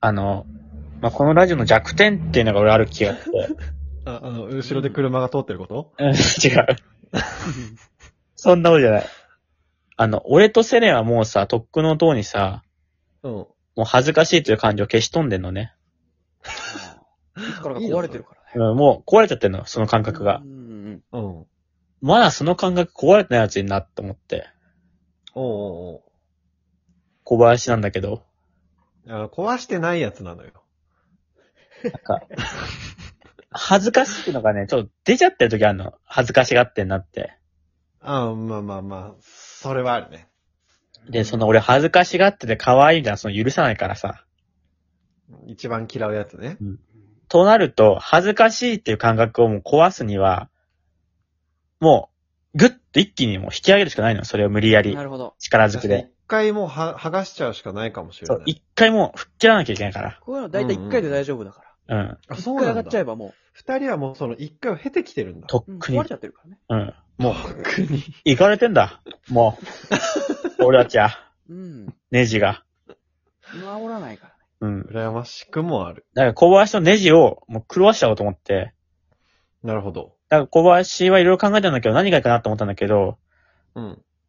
あの、まあ、このラジオの弱点っていうのが俺ある気がして。あ、あの、後ろで車が通ってること、 うん、違う。そんなことじゃない。あの、俺とセレンはもうさ、とっくの塔にさ、うん、もう恥ずかしいという感情を消し飛んでんのね。からが壊れてるからね。うん、もう壊れちゃってんの、その感覚がう。んうんううん。ん。おうまだその感覚壊れてないやつになって思って。おうお小林なんだけど。うあ壊してないやつなのよ。恥ずかしいのがね、ちょっと出ちゃってる時あるの。恥ずかしがってんなって。あまあまあまあ、それはあるね。で、その俺恥ずかしがってて可愛いみたいな、その許さないからさ。一番嫌うやつね。となると、恥ずかしいっていう感覚をもう壊すには、もう、ぐっと一気にもう引き上げるしかないの。それを無理やりな、るほど。力づくで。一回もうは、剥がしちゃうしかないかもしれそなう、い。一回もう吹っ切らなきゃいけないかこういうの大体一回で大丈夫だから。ら。うん。あ、一、そう回な上んがっちゃだ。えばも二人はもうその一回を経てきてるんだ。とっう、うん、くに壊れ。ちゃってるからね。うん。もう、国。行かれてんだ。も う。俺たちは、うん。ネジが。治らないからね。うん。羨ましくもある。だから小林のネジをもう狂わしちゃおうと思って。なるほど。だから小林はいろいろ考えたんだけど、何がいいかなと思ったんだけど、うん。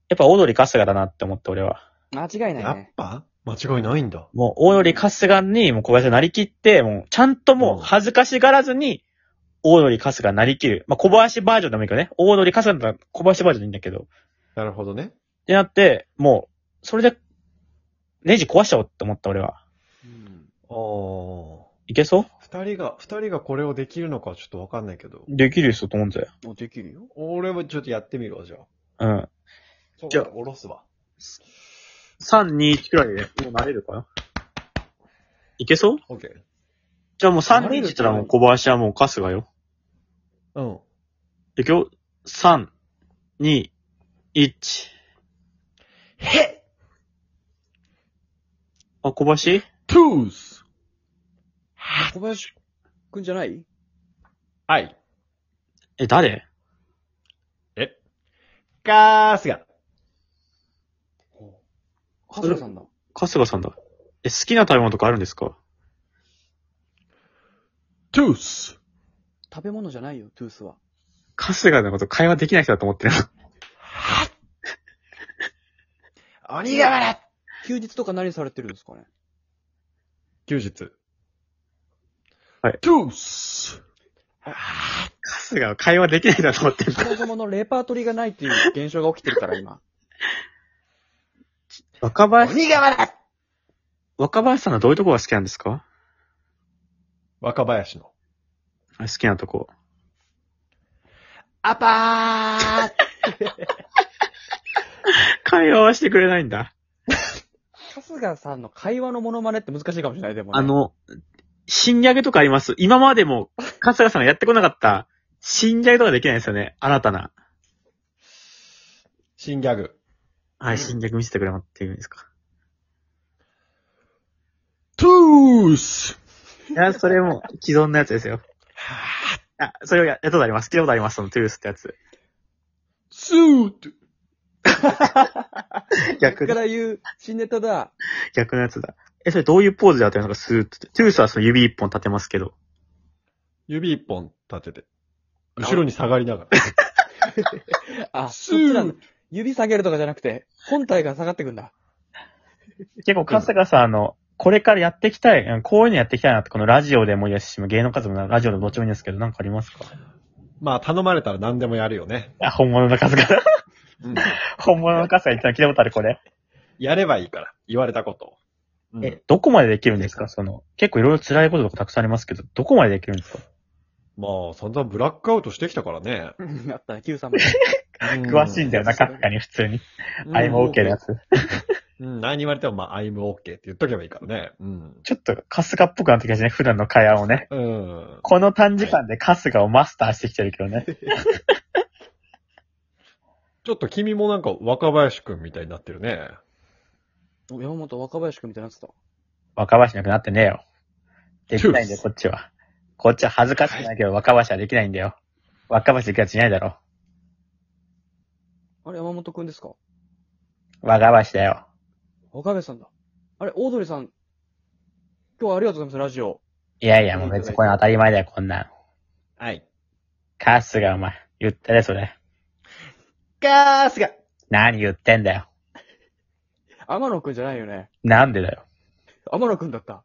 やっぱオードリー春日だなって思って俺は。間違いなやいっね。ぱ間違いないんだ。もうオードリー春日にもう小林がなりきって、もうちゃんともう恥ずかしがらずに、オードリー春日がなりきる。まあ、小林バージョンでもいいけどね。オードリー春日だったら小林バージョンでいいんだけど。っなるほどね。てなって、もう、それで、ネジ壊しちゃおうって思った俺は。うん。おいけそうー。二人が、二人がこれをできるのかはちょっとわかんないけど。できる人と思うんだよ。もうできるよ。俺もちょっとやってみるわ、じゃあ。うん。じゃあおろすわ。 3、2、1くらいで、もう慣れるかないけそうオッケー。じゃあもう3、2、1って言ったらもう小林はもう春日よ。うん。いくよ。3、2、1。へっあ、小林トゥース小林くんじゃないはい。え、誰えカースが。春日さんだ。春日さんだ。え、好きな食べ物とかあるんですかトゥース食べ物じゃないよ、トゥースは。春日のこと会話できない人だと思ってる。鬼瓦休日とか何されてるんですかね休日。はい。トゥース春日は会話できない人だと思ってる。そもそものレパートリーがないっていう現象が起きてるから、今。若林、鬼瓦若林さんのどういうとこが好きなんですか若林の。あ好きなとこ。アパ会話はしてくれないんだ。 春日さんの会話のモノマネって難しいかもしれない、でも、ね。あ、の、新ギャグとかあります今までも、春日さんがやってこなかった、新ギャグとかできないですよね。新たな。新ギャグ。はい、新ギャグ見せてくれっていうんですか。トゥースいや、それも既存のやつですよ。あ、それをやったことあります。聞いたことあります。そのトゥースってやつ。スート逆から言う新ネタだ。逆のやつだ。え、それどういうポーズでやってるのかスーッと。トゥースはその指一本立てますけど。指一本立てて。後ろに下がりながら。あ、スそっちなーんだ。指下げるとかじゃなくて、本体が下がってくん だ。結構、春日さん、あの、これからやっていきたい、うんこういうのやっていきたいなって、このラジオでもいいですし、芸能活動のラジオでもどっちもいいんですけど、なんかありますかまあ、頼まれたら何でもやるよね。あ、本物の春日だ。うん。 本物の春日言ってたの聞いたことある、これ。やればいいから。言われたことを。う んえ、どこまでできるんですかその、結構いろいろ辛いこととかたくさんありますけど、どこまでできるんですかまあ、散々ブラックアウトしてきたからね。あったね、Q さんも。 詳しいんだよな、うん春日に普通に。うん。 I'm OK のやつ。うん、何言われても、まあ、I'm OK って言っとけばいいからね。うん。ちょっと、春日っぽくなってきましたね、普段の会話をね。うん。この短時間で春日をマスターしてきてるけどね。ちょっと君もなんか若林くんみたいになってるね。山本若林くんみたいになってた。若林なくなってねえよ。できないんだよ、こトっちは。こっちは恥ずかしくないけど、若林はできないんだよ。若林できるやついないだろ。あれ、山本くんですか若林だよ。若林さんだ。あれ、オードリーさん、今日はありがとうございます、ラジオ。いやいや、もう別にこれ当たり前だよ、こんなん。はい。カスがお前、言ったね、それ。ガースが何言ってんだよ。天野くんじゃないよね。なんでだよ。天野くんだった。